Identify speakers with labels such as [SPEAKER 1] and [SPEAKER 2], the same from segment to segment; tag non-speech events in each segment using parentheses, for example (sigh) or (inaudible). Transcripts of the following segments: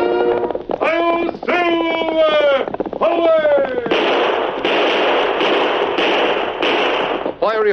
[SPEAKER 1] Hail Silver! Away!
[SPEAKER 2] A fiery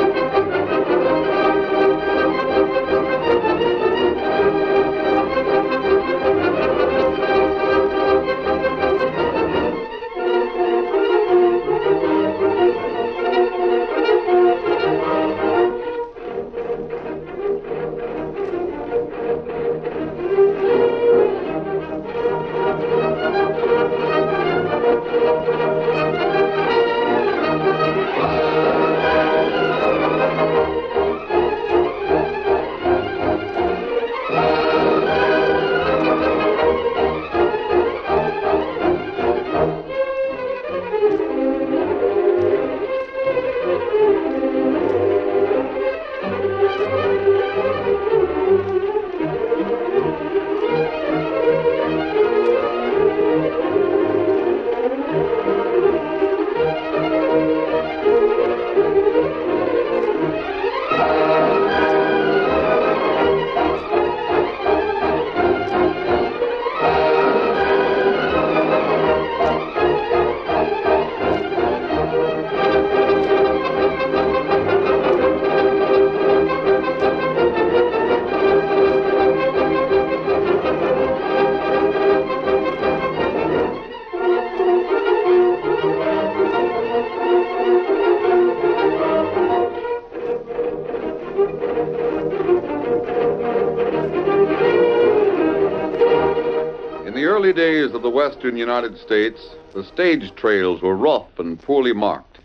[SPEAKER 2] In the early days of the western United States, the stage trails were rough and poorly marked.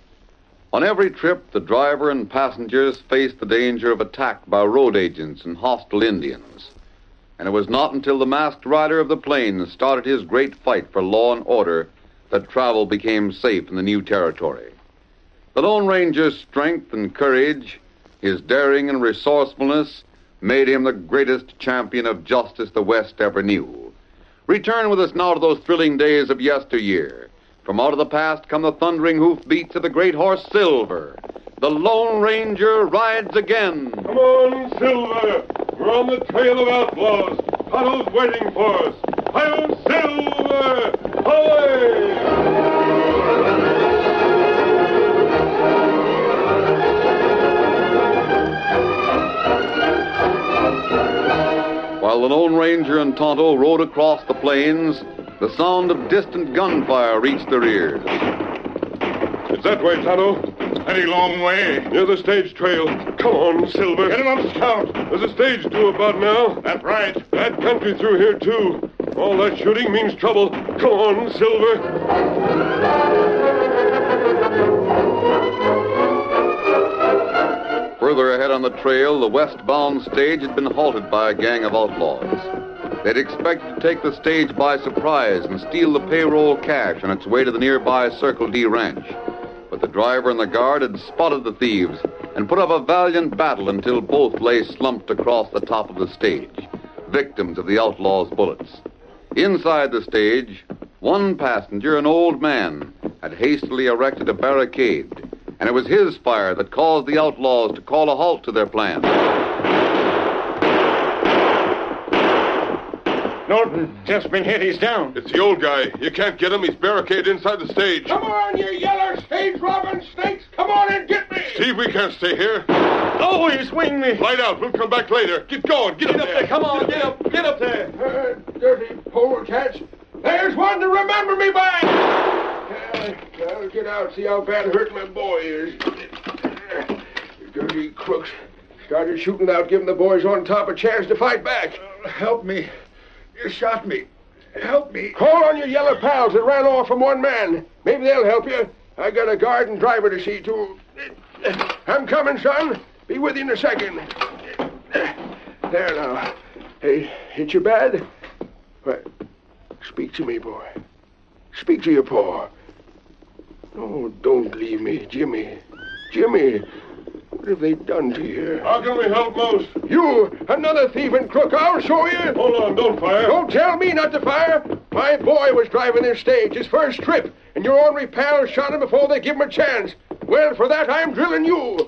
[SPEAKER 2] On every trip, the driver and passengers faced the danger of attack by road agents and hostile Indians. And it was not until the masked rider of the plains started his great fight for law and order that travel became safe in the new territory. The Lone Ranger's strength and courage, his daring and resourcefulness, made him the greatest champion of justice the West ever knew. Return with us now to those thrilling days of yesteryear. From out of the past come the thundering hoofbeats of the great horse Silver. The Lone Ranger rides again.
[SPEAKER 1] Come on, Silver! We're on the trail of outlaws. Tonto's waiting for us. Hail Silver! Away!
[SPEAKER 2] While the Lone Ranger and Tonto rode across the plains, the sound of distant gunfire reached their ears.
[SPEAKER 1] It's that way, Tonto.
[SPEAKER 3] Pretty long way.
[SPEAKER 1] Near the stage trail. Come on, Silver.
[SPEAKER 3] Get him up, Scout.
[SPEAKER 1] There's a stage due about now.
[SPEAKER 3] That's right.
[SPEAKER 1] Bad country through here, too. All that shooting means trouble. Come on, Silver.
[SPEAKER 2] Further ahead on the trail, the westbound stage had been halted by a gang of outlaws. They'd expected to take the stage by surprise and steal the payroll cash on its way to the nearby Circle D ranch. But the driver and the guard had spotted the thieves and put up a valiant battle until both lay slumped across the top of the stage, victims of the outlaws' bullets. Inside the stage, one passenger, an old man, had hastily erected a barricade, and it was his fire that caused the outlaws to call a halt to their plan.
[SPEAKER 3] Norton just been hit. He's down.
[SPEAKER 1] It's the old guy. You can't get him. He's barricaded inside the stage.
[SPEAKER 4] Come on, you yeller stage robbing snakes! Come on and get me!
[SPEAKER 1] Steve, we can't stay here.
[SPEAKER 3] Oh, he's winged me.
[SPEAKER 1] Light out. We'll come back later. Get going. Get, up, there.
[SPEAKER 3] Come on, get up. Get up there.
[SPEAKER 4] Uh, dirty polecats! There's one to remember me by! Uh, I'll get out, see how bad hurt my boy is. Uh, you dirty crooks. Started shooting without giving the boys on top a chance to fight back. help me. You shot me. Help me. Call on your yellow pals that ran off from one man. Maybe they'll help you. I got a guard and driver to see to. I'm coming, son. Be with you in a second. There now. Hey, hit you bad? But speak to me, boy. Speak to your pa. No, Oh, don't leave me, Jimmy. Jimmy, what have they done to you?
[SPEAKER 1] How can we help most?
[SPEAKER 4] You, another thief and crook, I'll show you.
[SPEAKER 1] Hold on, don't fire.
[SPEAKER 4] Don't tell me not to fire. My boy was driving this stage, his first trip, and your ornery pals shot him before they give him a chance. Well, for that, I'm drilling you.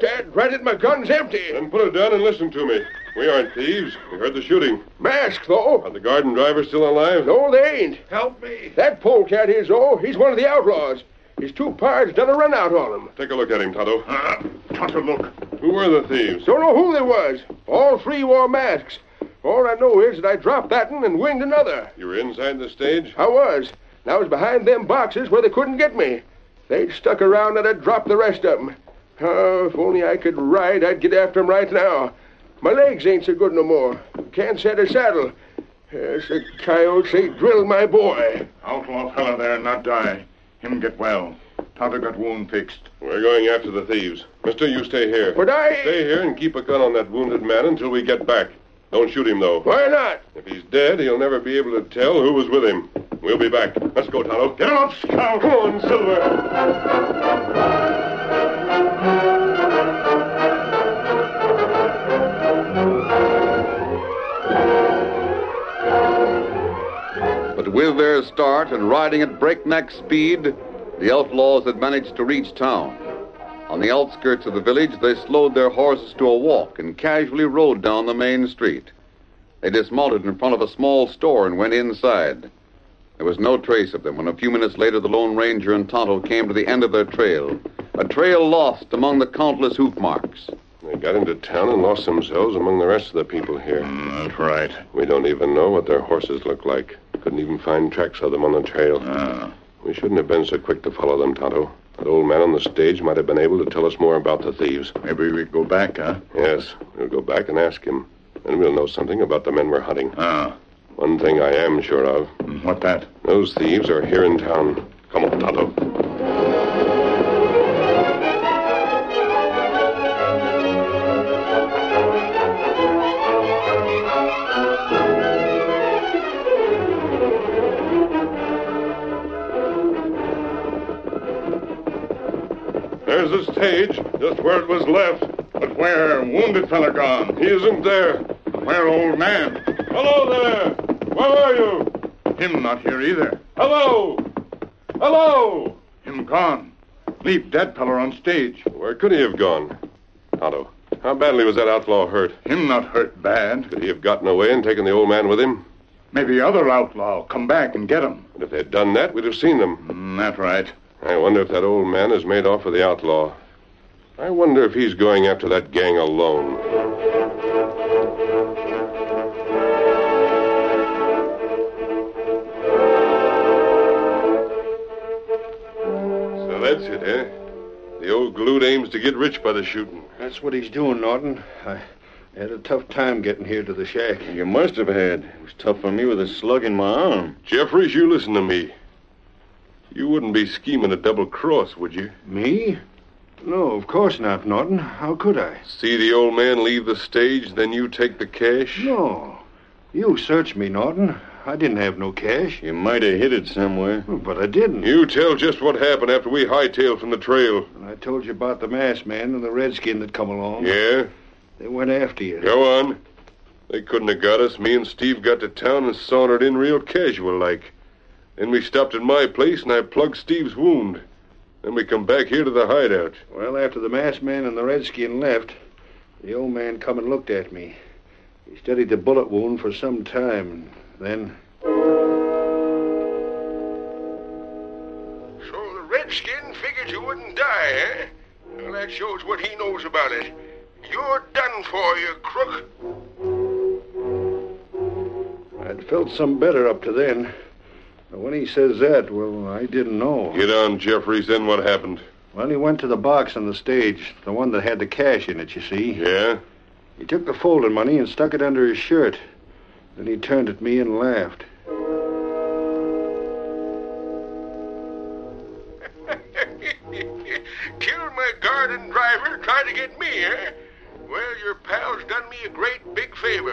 [SPEAKER 4] Dad granted my gun's empty.
[SPEAKER 1] Then put it down and listen to me. We aren't thieves. We heard the shooting.
[SPEAKER 4] Mask, though.
[SPEAKER 1] Are the guard and driver still alive?
[SPEAKER 4] No, they ain't.
[SPEAKER 3] Help me.
[SPEAKER 4] That polecat is, though, he's one of the outlaws. His two pards done a run out on him.
[SPEAKER 1] Take a look at him, Tonto.
[SPEAKER 3] Uh, Tonto, look.
[SPEAKER 1] Who were the thieves?
[SPEAKER 4] Don't know who they was. All three wore masks. All I know is that I dropped that one and winged another.
[SPEAKER 1] You were inside the stage?
[SPEAKER 4] I was. And I was behind them boxes where they couldn't get me. They'd stuck around and I'd dropped the rest of 'em. Oh, if only I could ride, I'd get after 'em right now. My legs ain't so good no more. Can't set a saddle. Yes, the coyotes, they drilled my boy.
[SPEAKER 5] Outlaw fellow there not die. Him get well. Tonto got wound fixed.
[SPEAKER 1] We're going after the thieves. Mister, you stay here.
[SPEAKER 4] But I...
[SPEAKER 1] Stay here and keep a gun on that wounded man until we get back. Don't shoot him, though.
[SPEAKER 4] Why not?
[SPEAKER 1] If he's dead, he'll never be able to tell who was with him. We'll be back. Let's go, Tonto. Get
[SPEAKER 3] Help, Scout. Come on, Silver.
[SPEAKER 2] But with their start and riding at breakneck speed, the outlaws had managed to reach town. On the outskirts of the village, they slowed their horses to a walk and casually rode down the main street. They dismounted in front of a small store and went inside. There was no trace of them when a few minutes later the Lone Ranger and Tonto came to the end of their trail, a trail lost among the countless hoof marks.
[SPEAKER 1] They got into town and lost themselves among the rest of the people here.
[SPEAKER 4] Mm,
[SPEAKER 5] That's right.
[SPEAKER 1] We don't even know what their horses look like. Couldn't even find tracks of them on the trail.
[SPEAKER 5] Ah,
[SPEAKER 1] We shouldn't have been so quick to follow them, Tonto. That old man on the stage might have been able to tell us more about the thieves.
[SPEAKER 5] maybe we go back, huh?
[SPEAKER 1] Yes, we'll go back and ask him. Then we'll know something about the men we're hunting.
[SPEAKER 5] Ah, mm,
[SPEAKER 1] One thing I am sure of
[SPEAKER 5] what that?
[SPEAKER 1] those thieves are here in town. Come on, Tonto. There's the stage, just where it was left.
[SPEAKER 5] But where wounded fella gone?
[SPEAKER 1] He isn't there.
[SPEAKER 5] Where old man?
[SPEAKER 1] Hello there! Where are you?
[SPEAKER 5] Him not here either.
[SPEAKER 1] Hello! Hello!
[SPEAKER 5] Him gone. Leave dead fella on stage.
[SPEAKER 1] Where could he have gone? Tonto, how badly was that outlaw hurt?
[SPEAKER 5] Him not hurt bad.
[SPEAKER 1] Could he have gotten away and taken the old man with him?
[SPEAKER 5] Maybe other outlaw come back and get him.
[SPEAKER 1] And if they'd done that, we'd have seen them.
[SPEAKER 5] Mm, that right.
[SPEAKER 1] I wonder if that old man has made off with the outlaw. I wonder if he's going after that gang alone. So that's it, eh? The old glute aims to get rich by the shooting.
[SPEAKER 6] That's what he's doing, Norton. I had a tough time getting here to the shack.
[SPEAKER 3] You must have had. It was tough for me with a slug in my arm.
[SPEAKER 1] Jeffries, you listen to me. You wouldn't be scheming a double cross, would you?
[SPEAKER 6] Me? No, of course not, Norton. How could I?
[SPEAKER 1] See the old man leave the stage, then you take the cash?
[SPEAKER 6] No. You searched me, Norton. I didn't have no cash,
[SPEAKER 3] You might have hit it somewhere.
[SPEAKER 6] but I didn't.
[SPEAKER 1] You tell just what happened after we hightailed from the trail.
[SPEAKER 6] And I told you about the masked man and the redskin that come along.
[SPEAKER 1] Yeah?
[SPEAKER 6] They went after you.
[SPEAKER 1] Go on. They couldn't have got us. Me and Steve got to town and sauntered in real casual like. Then we stopped at my place and I plugged Steve's wound. Then we come back here to the hideout.
[SPEAKER 6] Well, after the masked man and the redskin left, the old man come and looked at me. He studied the bullet wound for some time, and then
[SPEAKER 4] So the redskin figured you wouldn't die, eh? Well, that shows what he knows about it. You're done for, you crook.
[SPEAKER 6] I'd felt some better up to then. But when he says that, well, I didn't know.
[SPEAKER 1] Get on, Jeffries. Then what happened?
[SPEAKER 6] Well, he went to the box on the stage, the one that had the cash in it, you see.
[SPEAKER 1] Yeah?
[SPEAKER 6] He took the folded money and stuck it under his shirt. Then he turned at me and laughed.
[SPEAKER 4] Killed my guard and driver trying to get me, eh? Well, your pals done me a great big favor.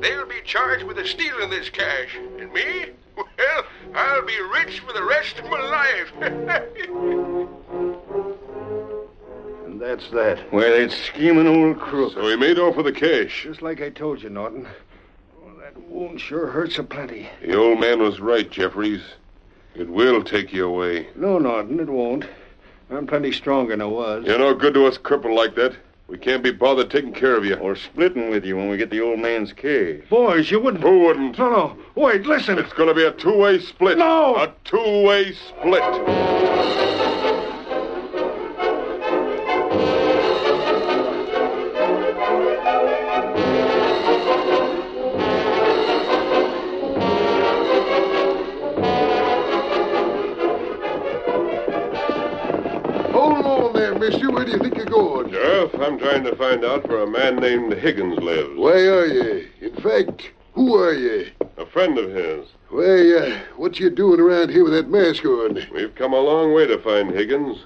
[SPEAKER 4] They'll be charged with stealing this cash. And me? Well, be rich for the rest of my
[SPEAKER 1] (laughs)
[SPEAKER 4] life.
[SPEAKER 6] And that's that.
[SPEAKER 3] Well, that scheming old crook.
[SPEAKER 1] So he made off with the cash.
[SPEAKER 6] Just like I told you, Norton. Well, that wound sure hurts a plenty.
[SPEAKER 1] The old man was right, Jeffries. It will take you away.
[SPEAKER 6] No, Norton, it won't. I'm plenty stronger than I was.
[SPEAKER 1] You're no good to us crippled like that. We can't be bothered taking care of you.
[SPEAKER 3] Or splitting with you when we get the old man's cage.
[SPEAKER 6] Boys, you wouldn't.
[SPEAKER 1] Who wouldn't?
[SPEAKER 6] No, no. Wait, listen.
[SPEAKER 1] It's going to be a two-way split.
[SPEAKER 6] No!
[SPEAKER 1] A two-way split.
[SPEAKER 4] Hold on there, mister. Where do you think you're going?
[SPEAKER 1] Jeff, I'm trying to find out where a man named Higgins lives.
[SPEAKER 4] Where are you? In fact, who are you?
[SPEAKER 1] A friend of his.
[SPEAKER 4] Where, uh, what you doing around here with that mask on?
[SPEAKER 1] We've come a long way to find Higgins.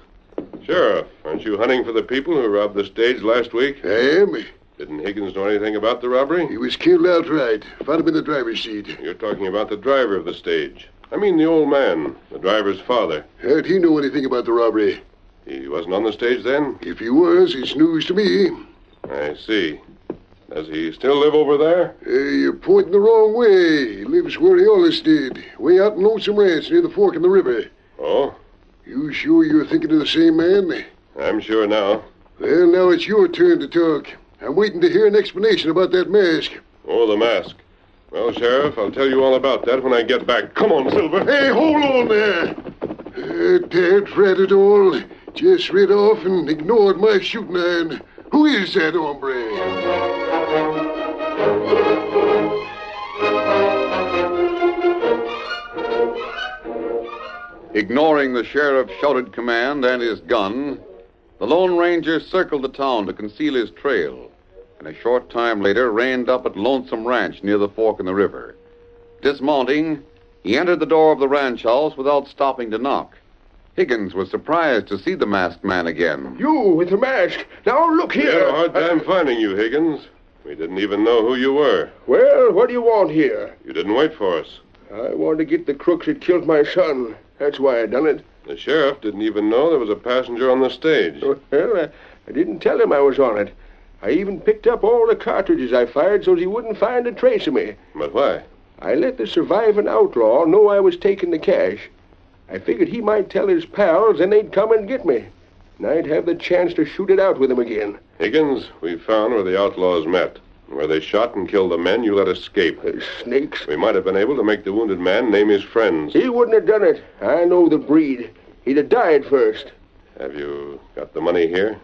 [SPEAKER 1] Sheriff, aren't you hunting for the people who robbed the stage last week?
[SPEAKER 4] I am.
[SPEAKER 1] Didn't Higgins know anything about the robbery?
[SPEAKER 4] He was killed outright. Found him in the driver's seat.
[SPEAKER 1] You're talking about the driver of the stage. I mean the old man, the driver's father.
[SPEAKER 4] How'd he know anything about the robbery?
[SPEAKER 1] He wasn't on the stage then?
[SPEAKER 4] If he was, it's news to me.
[SPEAKER 1] I see. Does he still live over there?
[SPEAKER 4] Uh, you're pointing the wrong way. He lives where he always did, way out in Lonesome Ranch near the fork in the river.
[SPEAKER 1] Oh,
[SPEAKER 4] You sure you're thinking of the same man?
[SPEAKER 1] I'm sure now.
[SPEAKER 4] Well, now it's your turn to talk. I'm waiting to hear an explanation about that mask.
[SPEAKER 1] Oh, the mask. Well, Sheriff, I'll tell you all about that when I get back. Come on, Silver.
[SPEAKER 4] Hey, hold on there. Uh, Dad read it all. Just read off and ignored my shooting iron. Who is that hombre?
[SPEAKER 2] Ignoring the sheriff's shouted command and his gun, the Lone Ranger circled the town to conceal his trail, and a short time later reined up at Lonesome Ranch near the fork in the river. Dismounting, he entered the door of the ranch house without stopping to knock. Higgins was surprised to see the masked man again.
[SPEAKER 4] You with the mask. Now look
[SPEAKER 1] We had a hard time finding you, Higgins. We didn't even know who you were.
[SPEAKER 4] Well, what do you want here?
[SPEAKER 1] You didn't wait for us.
[SPEAKER 4] I want to get the crooks that killed my son. That's why I done it.
[SPEAKER 1] The sheriff didn't even know there was a passenger on the
[SPEAKER 4] (laughs)
[SPEAKER 1] stage.
[SPEAKER 4] Well, I, I didn't tell him I was on it. I even picked up all the cartridges I fired so he wouldn't find a trace of me.
[SPEAKER 1] But why?
[SPEAKER 4] I let the surviving outlaw know I was taking the cash. I figured he might tell his pals, and they'd come and get me. And I'd have the chance to shoot it out with him again.
[SPEAKER 1] Higgins, we found where the outlaws met, where they shot and killed the men you let escape.
[SPEAKER 4] The snakes.
[SPEAKER 1] We might have been able to make the wounded man name his friends.
[SPEAKER 4] He wouldn't have done it. I know the breed. He'd have died first.
[SPEAKER 1] Have you got the money here?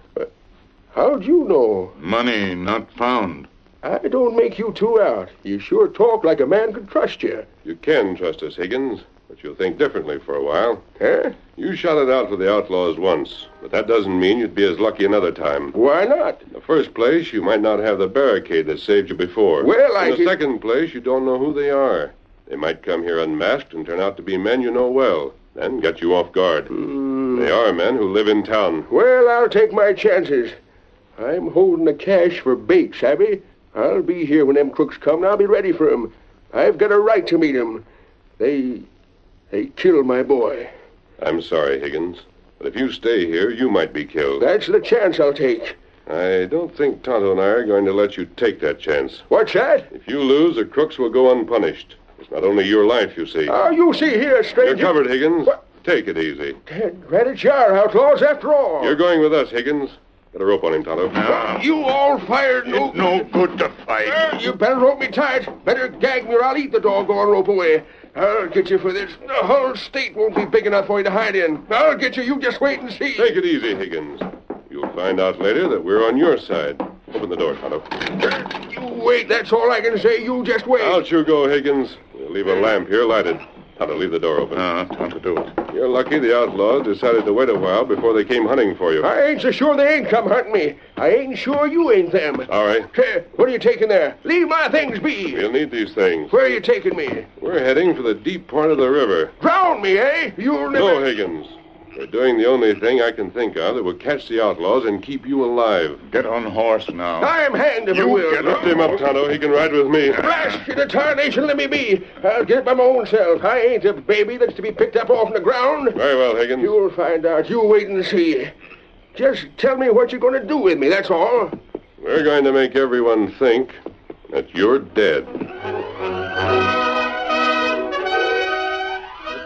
[SPEAKER 4] How'd you know?
[SPEAKER 5] Money not found.
[SPEAKER 4] I don't make you two out. You sure talk like a man could trust you.
[SPEAKER 1] You can trust us, Higgins, but you'll think differently for a while.
[SPEAKER 4] Huh?
[SPEAKER 1] You shot it out for the outlaws once, but that doesn't mean you'd be as lucky another time.
[SPEAKER 4] Why not?
[SPEAKER 1] In the first place, you might not have the barricade that saved you before.
[SPEAKER 4] Well, I
[SPEAKER 1] In the
[SPEAKER 4] did-
[SPEAKER 1] second place, you don't know who they are. They might come here unmasked and turn out to be men you know well, then get you off guard.
[SPEAKER 4] Hmm.
[SPEAKER 1] They are men who live in town.
[SPEAKER 4] Well, I'll take my chances. I'm holding the cash for bait, savvy? I'll be here when them crooks come, and I'll be ready for 'em. I've got a right to meet 'em. They. they killed my boy.
[SPEAKER 1] I'm sorry, Higgins, but if you stay here, you might be killed.
[SPEAKER 4] That's the chance I'll take.
[SPEAKER 1] I don't think Tonto and I are going to let you take that chance.
[SPEAKER 4] What's that?
[SPEAKER 1] If you lose, the crooks will go unpunished. It's not only your life, you see.
[SPEAKER 4] Oh, you see here, stranger.
[SPEAKER 1] You're covered, Higgins.
[SPEAKER 4] What?
[SPEAKER 1] Take it easy.
[SPEAKER 4] Granite Jar, outlaws, after all.
[SPEAKER 1] You're going with us, Higgins. Get a rope on him, Tonto.
[SPEAKER 4] You all fired, no.
[SPEAKER 5] No good to fight.
[SPEAKER 4] You better rope me tight. Better gag me or I'll eat the doggone rope away. I'll get you for this. The whole state won't be big enough for you to hide in. I'll get you. You just wait and see.
[SPEAKER 1] Take it easy, Higgins. You'll find out later that we're on your side. Open the door, Tonto.
[SPEAKER 4] You wait. That's all I can say. You just wait.
[SPEAKER 1] Out you go, Higgins. We'll leave a lamp here lighted. Tonto, leave the door open.
[SPEAKER 5] No,
[SPEAKER 4] Uh-huh.
[SPEAKER 5] time to do it.
[SPEAKER 1] You're lucky the outlaws decided to wait a while before they came hunting for you.
[SPEAKER 4] I ain't so sure they ain't come hunting me. I ain't sure you ain't them.
[SPEAKER 1] All right.
[SPEAKER 4] Say, what are you taking there? Leave my things be.
[SPEAKER 1] We'll need these things.
[SPEAKER 4] Where are you taking me?
[SPEAKER 1] We're heading for the deep part of the river. Oh,
[SPEAKER 4] Drown me, eh? You'll never.
[SPEAKER 1] No, Higgins. We're doing the only thing I can think of that will catch the outlaws and keep you alive.
[SPEAKER 7] Get on horse now.
[SPEAKER 8] I'm hanged if I will.
[SPEAKER 1] Lift him up, Tonto. He can ride with me.
[SPEAKER 8] Blast you to tarnation, let me be. I'll get it by my own self. I ain't a baby that's to be picked up off the ground.
[SPEAKER 1] Very well, Higgins.
[SPEAKER 8] You'll find out. You wait and see. Just tell me what you're going to do with me, that's all.
[SPEAKER 1] We're going to make everyone think that you're dead.
[SPEAKER 5] The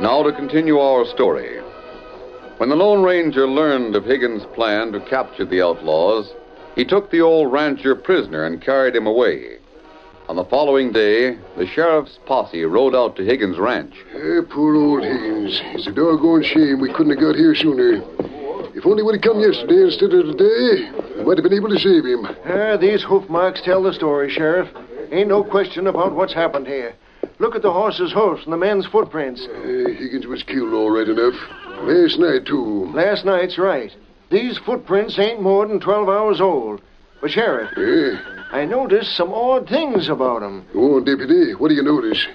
[SPEAKER 2] Now to continue our story. When the Lone Ranger learned of Higgins' plan to capture the outlaws, he took the old rancher prisoner and carried him away. On the following day, the sheriff's posse rode out to Higgins' ranch.
[SPEAKER 9] Eh, poor old Higgins. It's a doggone shame we couldn't have got here sooner. If only we'd have come yesterday instead of today, we might have been able to save him.
[SPEAKER 4] Ah, these hoof marks tell the story, Sheriff. Ain't no question about what's happened here. Look at the horse's hoofs and the men's footprints.
[SPEAKER 9] Eh, Higgins was killed all right enough. Last night, too.
[SPEAKER 4] Last night's right. These footprints ain't more than 12 hours old. But, Sheriff,
[SPEAKER 9] Eh?
[SPEAKER 4] I noticed some odd things about 'em.
[SPEAKER 9] Go on, Deputy. What do you notice?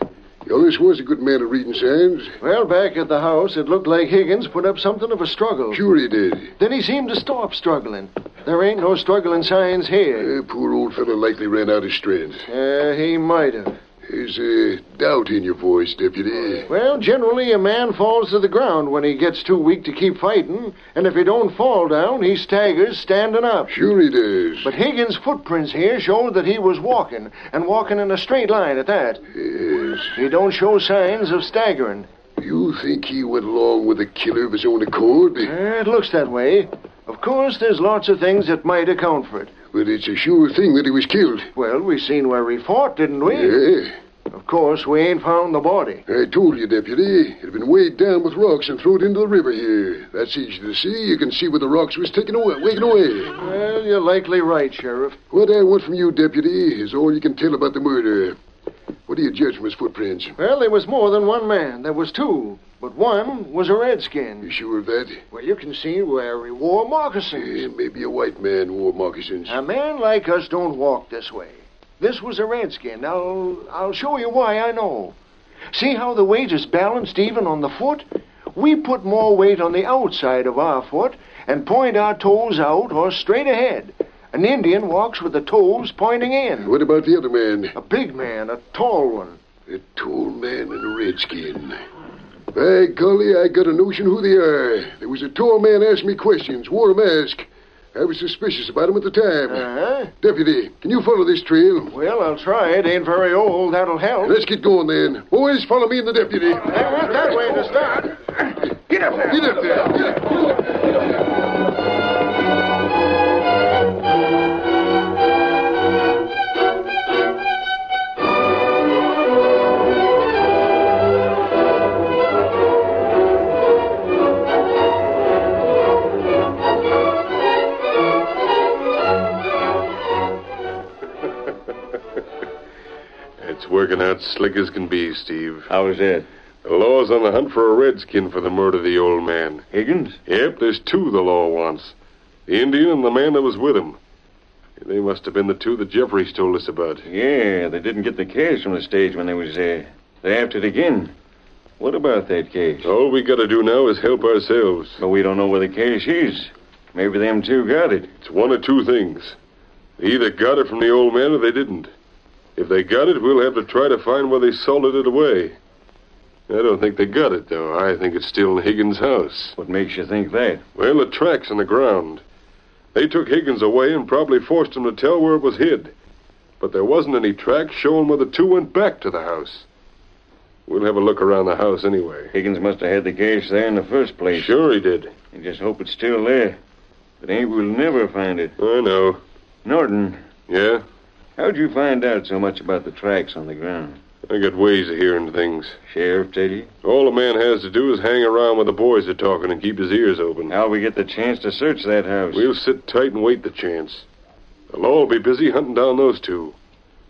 [SPEAKER 9] He always was a good man at reading signs.
[SPEAKER 4] Well, back at the house, it looked like Higgins put up something of a struggle.
[SPEAKER 9] Sure he did.
[SPEAKER 4] Then he seemed to stop struggling. There ain't no struggling signs here.
[SPEAKER 9] Eh, poor old fellow likely ran out of strength.
[SPEAKER 4] Uh, he might have.
[SPEAKER 9] There's a doubt in your voice, Deputy.
[SPEAKER 4] Well, generally, a man falls to the ground when he gets too weak to keep fighting, and if he don't fall down, he staggers standing up.
[SPEAKER 9] Sure he does.
[SPEAKER 4] But Higgins' footprints here showed that he was walking, and walking in a straight line at that.
[SPEAKER 9] Yes.
[SPEAKER 4] He don't show signs of staggering.
[SPEAKER 9] You think he went along with the killer of his own accord?
[SPEAKER 4] Eh, It looks that way. Of course, there's lots of things that might account for it.
[SPEAKER 9] But it's a sure thing that he was killed.
[SPEAKER 4] Well, we seen where he fought, didn't we?
[SPEAKER 9] Yeah.
[SPEAKER 4] Of course, we ain't found the body.
[SPEAKER 9] I told you, Deputy. It'd been weighed down with rocks and thrown into the river here. That's easy to see. You can see where the rocks was taken away, waken away.
[SPEAKER 4] Well, you're likely right, Sheriff.
[SPEAKER 9] What I want from you, Deputy, is all you can tell about the murder. What do you judge from his footprints?
[SPEAKER 4] Well, there was more than one man. There was two, but one was a redskin.
[SPEAKER 9] You sure of that?
[SPEAKER 4] Well, you can see where he wore
[SPEAKER 9] Eh,
[SPEAKER 4] moccasins.
[SPEAKER 9] maybe a white man wore moccasins.
[SPEAKER 4] A man like us don't walk this way. This was a redskin. I'll I'll show you why I know. See how the weight is balanced even on the foot? We put more weight on the outside of our foot and point our toes out or straight ahead. An Indian walks with the toes pointing in.
[SPEAKER 9] What about the other man?
[SPEAKER 4] A big man, a tall one.
[SPEAKER 9] A tall man and a redskin. By golly, I got a notion who they are. There was a tall man asked me questions, wore a mask. I was suspicious about him at the time.
[SPEAKER 4] Uh-huh.
[SPEAKER 9] Deputy, can you follow this trail?
[SPEAKER 4] Well, I'll try. It ain't very old. That'll help.
[SPEAKER 9] Let's get going then. Boys, follow me and the deputy.
[SPEAKER 4] They went that way to start.
[SPEAKER 8] Get up there.
[SPEAKER 9] Get up there. Get up.
[SPEAKER 1] It's working out slick as can be, Steve.
[SPEAKER 5] How is it?
[SPEAKER 1] The law's on the hunt for a redskin for the murder of the old man.
[SPEAKER 5] Higgins?
[SPEAKER 1] Yep, there's two the law wants the Indian and the man that was with him. They must have been the two that Jeffries told us about.
[SPEAKER 5] Yeah, they didn't get the cash from the stage when they was there. They after it again. What about that cash?
[SPEAKER 1] All we gotta do now is help ourselves.
[SPEAKER 5] But we don't know where the cash is. Maybe them two got it.
[SPEAKER 1] It's one of two things. They either got it from the old man or they didn't. If they got it, we'll have to try to find where they salted it away. I don't think they got it, though. I think it's still in Higgins' house.
[SPEAKER 5] What makes you think that?
[SPEAKER 1] Well, the tracks in the ground. They took Higgins away and probably forced him to tell where it was hid. But there wasn't any tracks showing where the two went back to the house. We'll have a look around the house anyway.
[SPEAKER 5] Higgins must have had the cash there in the first place.
[SPEAKER 1] Sure he did.
[SPEAKER 5] And just hope it's still there.
[SPEAKER 10] But Abe will never find it.
[SPEAKER 1] I know.
[SPEAKER 10] Norton,
[SPEAKER 1] Yeah?
[SPEAKER 10] how'd you find out so much about the tracks on the ground?
[SPEAKER 1] I got ways of hearing things.
[SPEAKER 10] Sheriff tell you?
[SPEAKER 1] All a man has to do is hang around when the boys are talking and keep his ears open.
[SPEAKER 10] How'll we get the chance to search that house?
[SPEAKER 1] We'll sit tight and wait the chance. The law will be busy hunting down those two.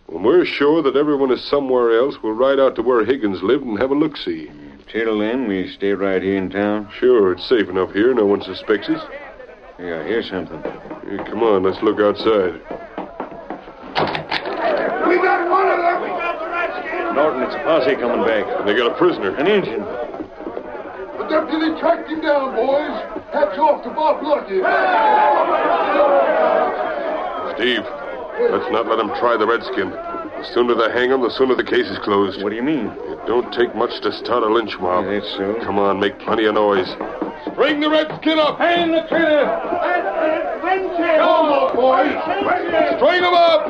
[SPEAKER 1] When we're sure that everyone is somewhere else, we'll ride out to where Higgins lived and have a look see.
[SPEAKER 10] Till then, we stay right here in town.
[SPEAKER 1] Sure, it's safe enough here. No one suspects us.
[SPEAKER 10] Hey, I hear something.
[SPEAKER 1] Hey, come on, let's look outside.
[SPEAKER 4] We got one of them! We got the Redskins!
[SPEAKER 10] Norton, it's a posse coming back.
[SPEAKER 1] And they got a prisoner.
[SPEAKER 10] An engine.
[SPEAKER 9] The deputy tracked him down, boys. Hats off to Bob Lucky.
[SPEAKER 1] Steve, let's not let them try the redskin. The sooner they hang him, the sooner the case is closed.
[SPEAKER 10] What do you mean?
[SPEAKER 1] It don't take much to start a lynch mob.
[SPEAKER 10] Yeah, uh, that's so.
[SPEAKER 1] Come on, make plenty of noise. Bring the redskin up!
[SPEAKER 4] Hand the trigger! That's it! Lynch Come on, boys!
[SPEAKER 1] Strain him up!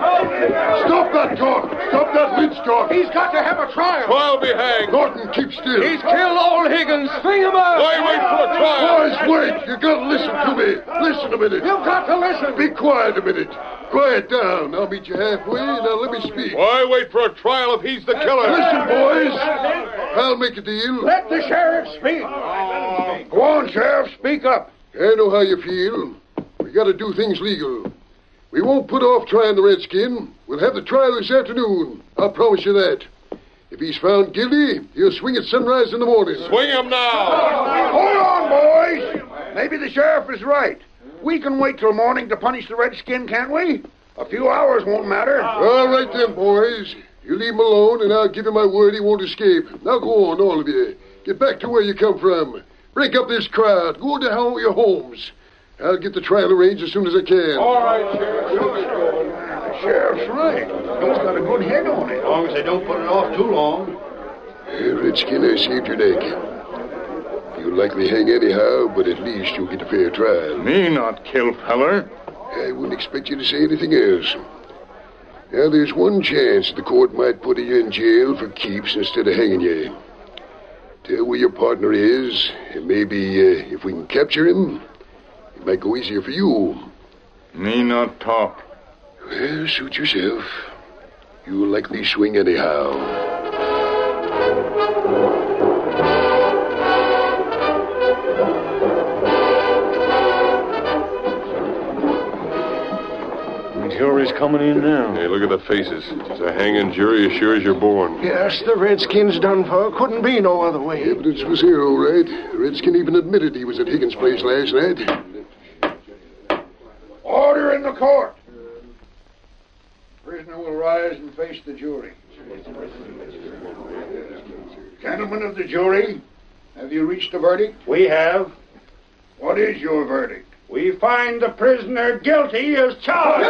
[SPEAKER 9] Stop that talk. Stop that lynch talk.
[SPEAKER 4] He's got to have a trial!
[SPEAKER 1] Trial be hanged!
[SPEAKER 9] Norton, keep still.
[SPEAKER 4] killed old Higgins! String him up!
[SPEAKER 1] Why wait for a trial?
[SPEAKER 9] Boys, wait. You gotta listen to me. Listen a minute.
[SPEAKER 4] You've got to listen!
[SPEAKER 9] Be quiet a minute. Quiet down. I'll meet you halfway. Now let me speak.
[SPEAKER 1] Why wait for a trial if he's the killer?
[SPEAKER 9] Listen, boys. I'll make a deal.
[SPEAKER 4] Let the sheriff speak!
[SPEAKER 5] Oh.
[SPEAKER 4] Go on, sheriff, speak up!
[SPEAKER 9] I know how you feel. We gotta do things legal. We won't put off trying the redskin. We'll have the trial this afternoon. I'll promise you that. If he's found guilty, he'll swing at sunrise in the morning.
[SPEAKER 1] Swing him now!
[SPEAKER 4] Hold on, boys! Maybe the sheriff is right. We can wait till morning to punish the redskin, can't we? A few hours won't matter.
[SPEAKER 9] All right then, boys. You leave him alone, and I'll give you my word he won't escape. Now go on, all of you. Get back to where you come from. Break up this crowd. Go to ho- your homes. I'll get the trial arranged as soon as I can.
[SPEAKER 4] The sheriff's right. He's got a good head on it.
[SPEAKER 9] Hey, Redskin, I saved your neck. You'll likely hang anyhow, but at least you'll get a fair trial.
[SPEAKER 5] Me not kill feller.
[SPEAKER 9] I wouldn't expect you to say anything else. Now, there's one chance the court might put you in jail for keeps instead of hanging you. Tell where your partner is, and maybe uh, if we can capture him, it might go easier for you.
[SPEAKER 5] Me not talk.
[SPEAKER 9] Well, suit yourself. You'll likely swing anyhow.
[SPEAKER 10] The jury's coming in now.
[SPEAKER 1] Hey, look at the faces. It's a hanging jury as sure as you're born.
[SPEAKER 6] Yes, the Redskins done for. Couldn't be no other way.
[SPEAKER 9] Evidence was here, all right. Redskin even admitted he was at Higgins' place last night.
[SPEAKER 4] Order in the court. Prisoner will rise and face the jury. Gentlemen of the jury, have you reached a verdict?
[SPEAKER 11] We have.
[SPEAKER 4] What is your verdict?
[SPEAKER 11] We find the prisoner guilty as charged.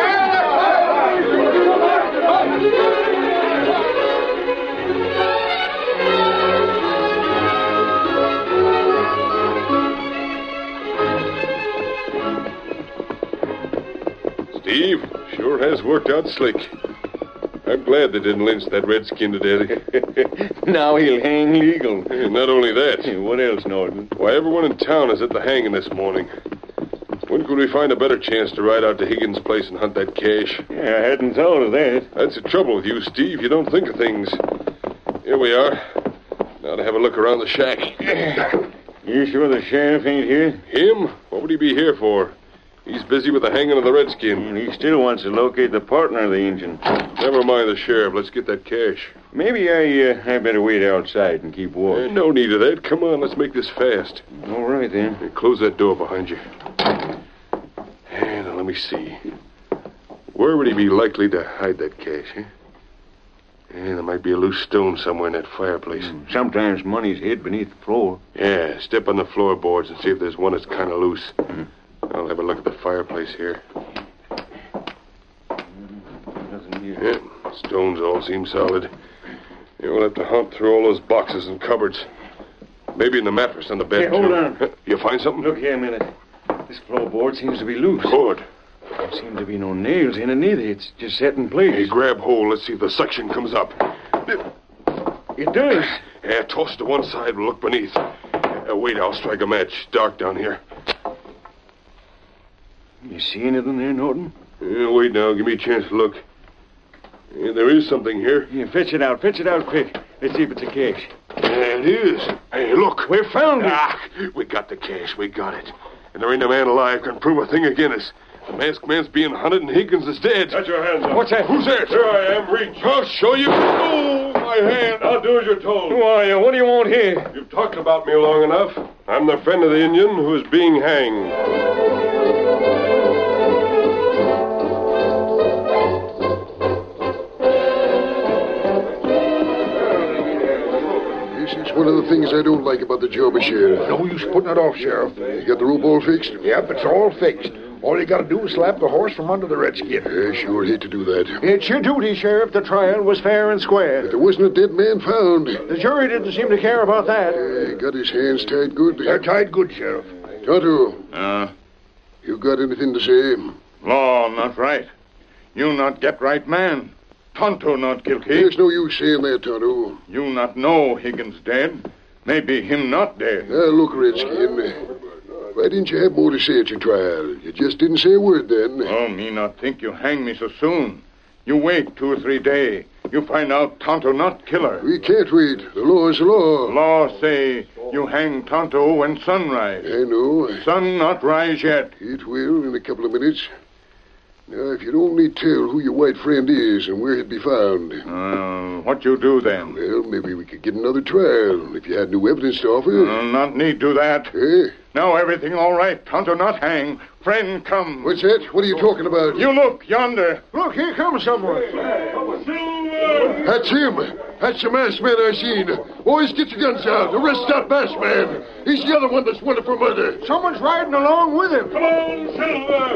[SPEAKER 1] Steve sure has worked out slick. I'm glad they didn't lynch that redskin
[SPEAKER 10] (laughs)
[SPEAKER 1] to death.
[SPEAKER 10] now he'll hang legal.
[SPEAKER 1] Hey, Not only that,
[SPEAKER 10] Hey, what else, Norton?
[SPEAKER 1] why everyone in town is at the hanging this morning. When could we find a better chance to ride out to Higgins' place and hunt that cash?
[SPEAKER 10] Yeah, I hadn't thought of
[SPEAKER 4] eh?
[SPEAKER 10] that.
[SPEAKER 1] That's the trouble with you, Steve. You don't think of things. Here we are. Now to have a look around the shack. (clears throat)
[SPEAKER 10] You sure the sheriff ain't here?
[SPEAKER 1] Him? What would he be here for? He's busy with the hanging of the redskin.
[SPEAKER 10] And he still wants to locate the partner of the engine.
[SPEAKER 1] Never mind the sheriff. Let's get that cash.
[SPEAKER 10] Maybe I uh, I better wait outside and keep
[SPEAKER 1] Eh,
[SPEAKER 10] watch.
[SPEAKER 1] no need of that. Come on, let's make this fast.
[SPEAKER 10] All right then.
[SPEAKER 1] Hey, close that door behind you. And now let me see. Where would he be likely to hide that cash, eh? Yeah, there might be a loose stone somewhere in that fireplace.
[SPEAKER 10] Hmm, Sometimes money's hid beneath the floor.
[SPEAKER 1] Yeah, step on the floorboards and see if there's one that's kind of loose.
[SPEAKER 10] Hmm.
[SPEAKER 1] I'll have a look at the fireplace here.
[SPEAKER 10] Nothing here.
[SPEAKER 1] Yeah, stones all seem solid. Yeah, we'll have to hunt through all those boxes and cupboards. Maybe in the mattress on the bed.
[SPEAKER 10] Hey, hold
[SPEAKER 1] too.
[SPEAKER 10] on.
[SPEAKER 1] Huh, You find something?
[SPEAKER 10] Look here a minute. This floorboard seems to be loose.
[SPEAKER 1] Cord.
[SPEAKER 10] There seem to be no nails in it either. It's just set in place.
[SPEAKER 1] Hey, grab hold. Let's see if the suction comes up.
[SPEAKER 10] It does.
[SPEAKER 1] Yeah, toss to one side. We'll look beneath. Uh, wait, I'll strike a match. Dark down here.
[SPEAKER 10] You see anything there, Norton?
[SPEAKER 1] Yeah, Uh, wait now. Give me a chance to look. Yeah, there is something here.
[SPEAKER 10] Yeah, fetch it out. Fetch it out quick. Let's see if it's a cache.
[SPEAKER 1] There it is. Hey, look.
[SPEAKER 10] We found it.
[SPEAKER 1] Ah, we got the cash. We got it. And there ain't a man alive can prove a thing against us. The masked man's being hunted and Higgins is dead.
[SPEAKER 5] Got your hands up.
[SPEAKER 1] What's that? Who's that?
[SPEAKER 5] Here I am. Reach.
[SPEAKER 1] I'll show you. Oh, my hand.
[SPEAKER 5] I'll do as you're told.
[SPEAKER 10] Who are you? What do you want here?
[SPEAKER 1] You've talked about me long enough. I'm the friend of the Indian who is being hanged.
[SPEAKER 9] Yes, it's one of the things I don't like about the job of sheriff.
[SPEAKER 12] No use putting it off, Sheriff.
[SPEAKER 9] You got the rope all fixed?
[SPEAKER 12] Yep, it's all fixed. All you gotta do is slap the horse from under the redskin.
[SPEAKER 9] I sure hate to do that.
[SPEAKER 6] It's your duty, Sheriff. The trial was fair and square.
[SPEAKER 9] There wasn't a dead man found.
[SPEAKER 6] The jury didn't seem to care about that.
[SPEAKER 9] He got his hands tied good.
[SPEAKER 12] They're tied good, Sheriff.
[SPEAKER 9] Tonto,
[SPEAKER 5] Uh,
[SPEAKER 9] you got anything to say?
[SPEAKER 5] law not right. You not get right man. Tonto not guilty.
[SPEAKER 9] There's no use saying that, Tonto.
[SPEAKER 5] You not know Higgins dead. Maybe him not dead.
[SPEAKER 9] Ah, look, Redskin. Why didn't you have more to say at your trial? You just didn't say a word then.
[SPEAKER 5] Oh, me not think you hang me so soon. You wait two or three day. You find out Tonto not killer.
[SPEAKER 9] We can't wait. The law is the law.
[SPEAKER 5] Law say you hang Tonto when sunrise.
[SPEAKER 9] I know.
[SPEAKER 5] Sun not rise yet.
[SPEAKER 9] It will in a couple of minutes. Now, if you'd only tell who your white friend is and where he'd be found.
[SPEAKER 5] Uh, what you do then?
[SPEAKER 9] Well, maybe we could get another trial if you had new evidence to offer.
[SPEAKER 5] Uh, not need do that.
[SPEAKER 9] Eh?
[SPEAKER 5] Now everything all right. Tonto not hang. Friend come.
[SPEAKER 9] What's that? What are you talking about?
[SPEAKER 5] You look yonder.
[SPEAKER 6] Look, here comes someone.
[SPEAKER 9] That's him. That's the masked man I seen. Boys, get your guns out. Arrest that masked man. He's the other one that's wanted for murder.
[SPEAKER 6] Someone's riding along with him.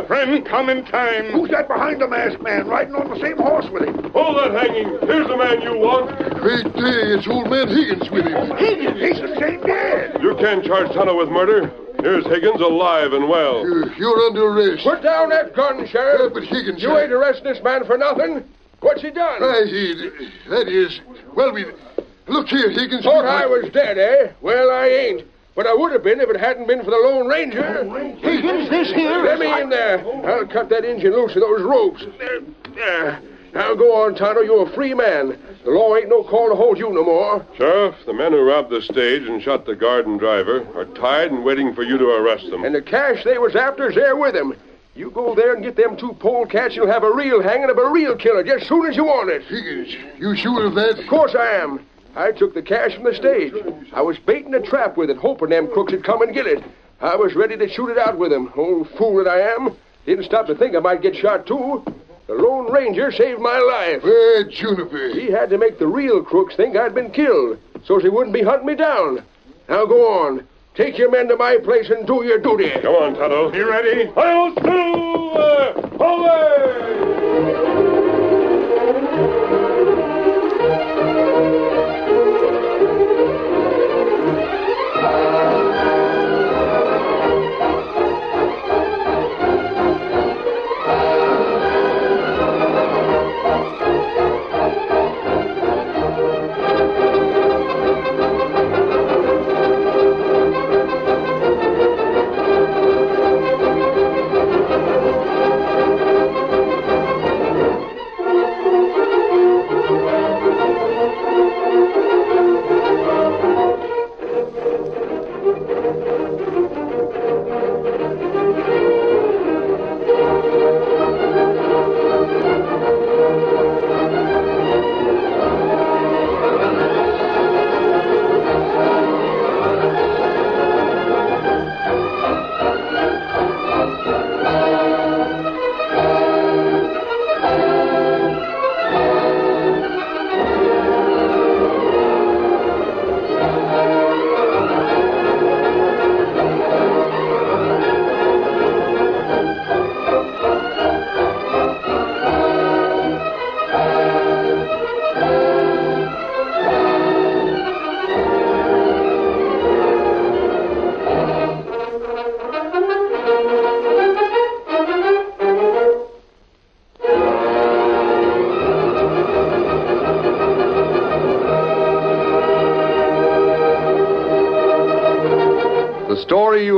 [SPEAKER 5] Friend come in time.
[SPEAKER 12] Who's that behind the masked man riding on the same horse with him?
[SPEAKER 1] Hold that hanging. Here's the man you want.
[SPEAKER 9] Great day, it's old man Higgins with him.
[SPEAKER 12] Higgins, he's the same dad.
[SPEAKER 1] You can charge Tonto with murder. Here's Higgins alive and well.
[SPEAKER 9] Uh, You're under arrest.
[SPEAKER 4] Put down that gun,
[SPEAKER 9] Yeah,
[SPEAKER 4] Sheriff.
[SPEAKER 9] but Higgins.
[SPEAKER 4] You
[SPEAKER 9] I-
[SPEAKER 4] ain't arresting this man for nothing. What's he done?
[SPEAKER 9] I did. That is. Well, we. Look here, Higgins.
[SPEAKER 4] Thought I was dead, eh? Well, I ain't. But I would have been if it hadn't been for the Lone Ranger.
[SPEAKER 6] Higgins, this here.
[SPEAKER 4] Let me in there. I'll cut that engine loose of those ropes. There, there. Now go on, Tonto. You're a free man. The law ain't no call to hold you no more.
[SPEAKER 1] Sheriff, the men who robbed the stage and shot the guard and driver are tied and waiting for you to arrest them.
[SPEAKER 4] And the cash they was after's there with them. You go there and get them two polecats, you'll have a real hanging of a real killer just soon as you want it.
[SPEAKER 9] Higgins, you sure of that?
[SPEAKER 4] Of course I am. I took the cash from the stage. I was baiting a trap with it, hoping them crooks would come and get it. I was ready to shoot it out with them. Old fool that I am. Didn't stop to think I might get shot, too. The Lone Ranger saved my life.
[SPEAKER 9] Where, Juniper?
[SPEAKER 4] He had to make the real crooks think I'd been killed, so they wouldn't be hunting me down. Now go on. Take your men to my place and do your duty.
[SPEAKER 1] Come on, Tonto. Uh, You ready? I'll do
[SPEAKER 9] Higgins,
[SPEAKER 2] The story you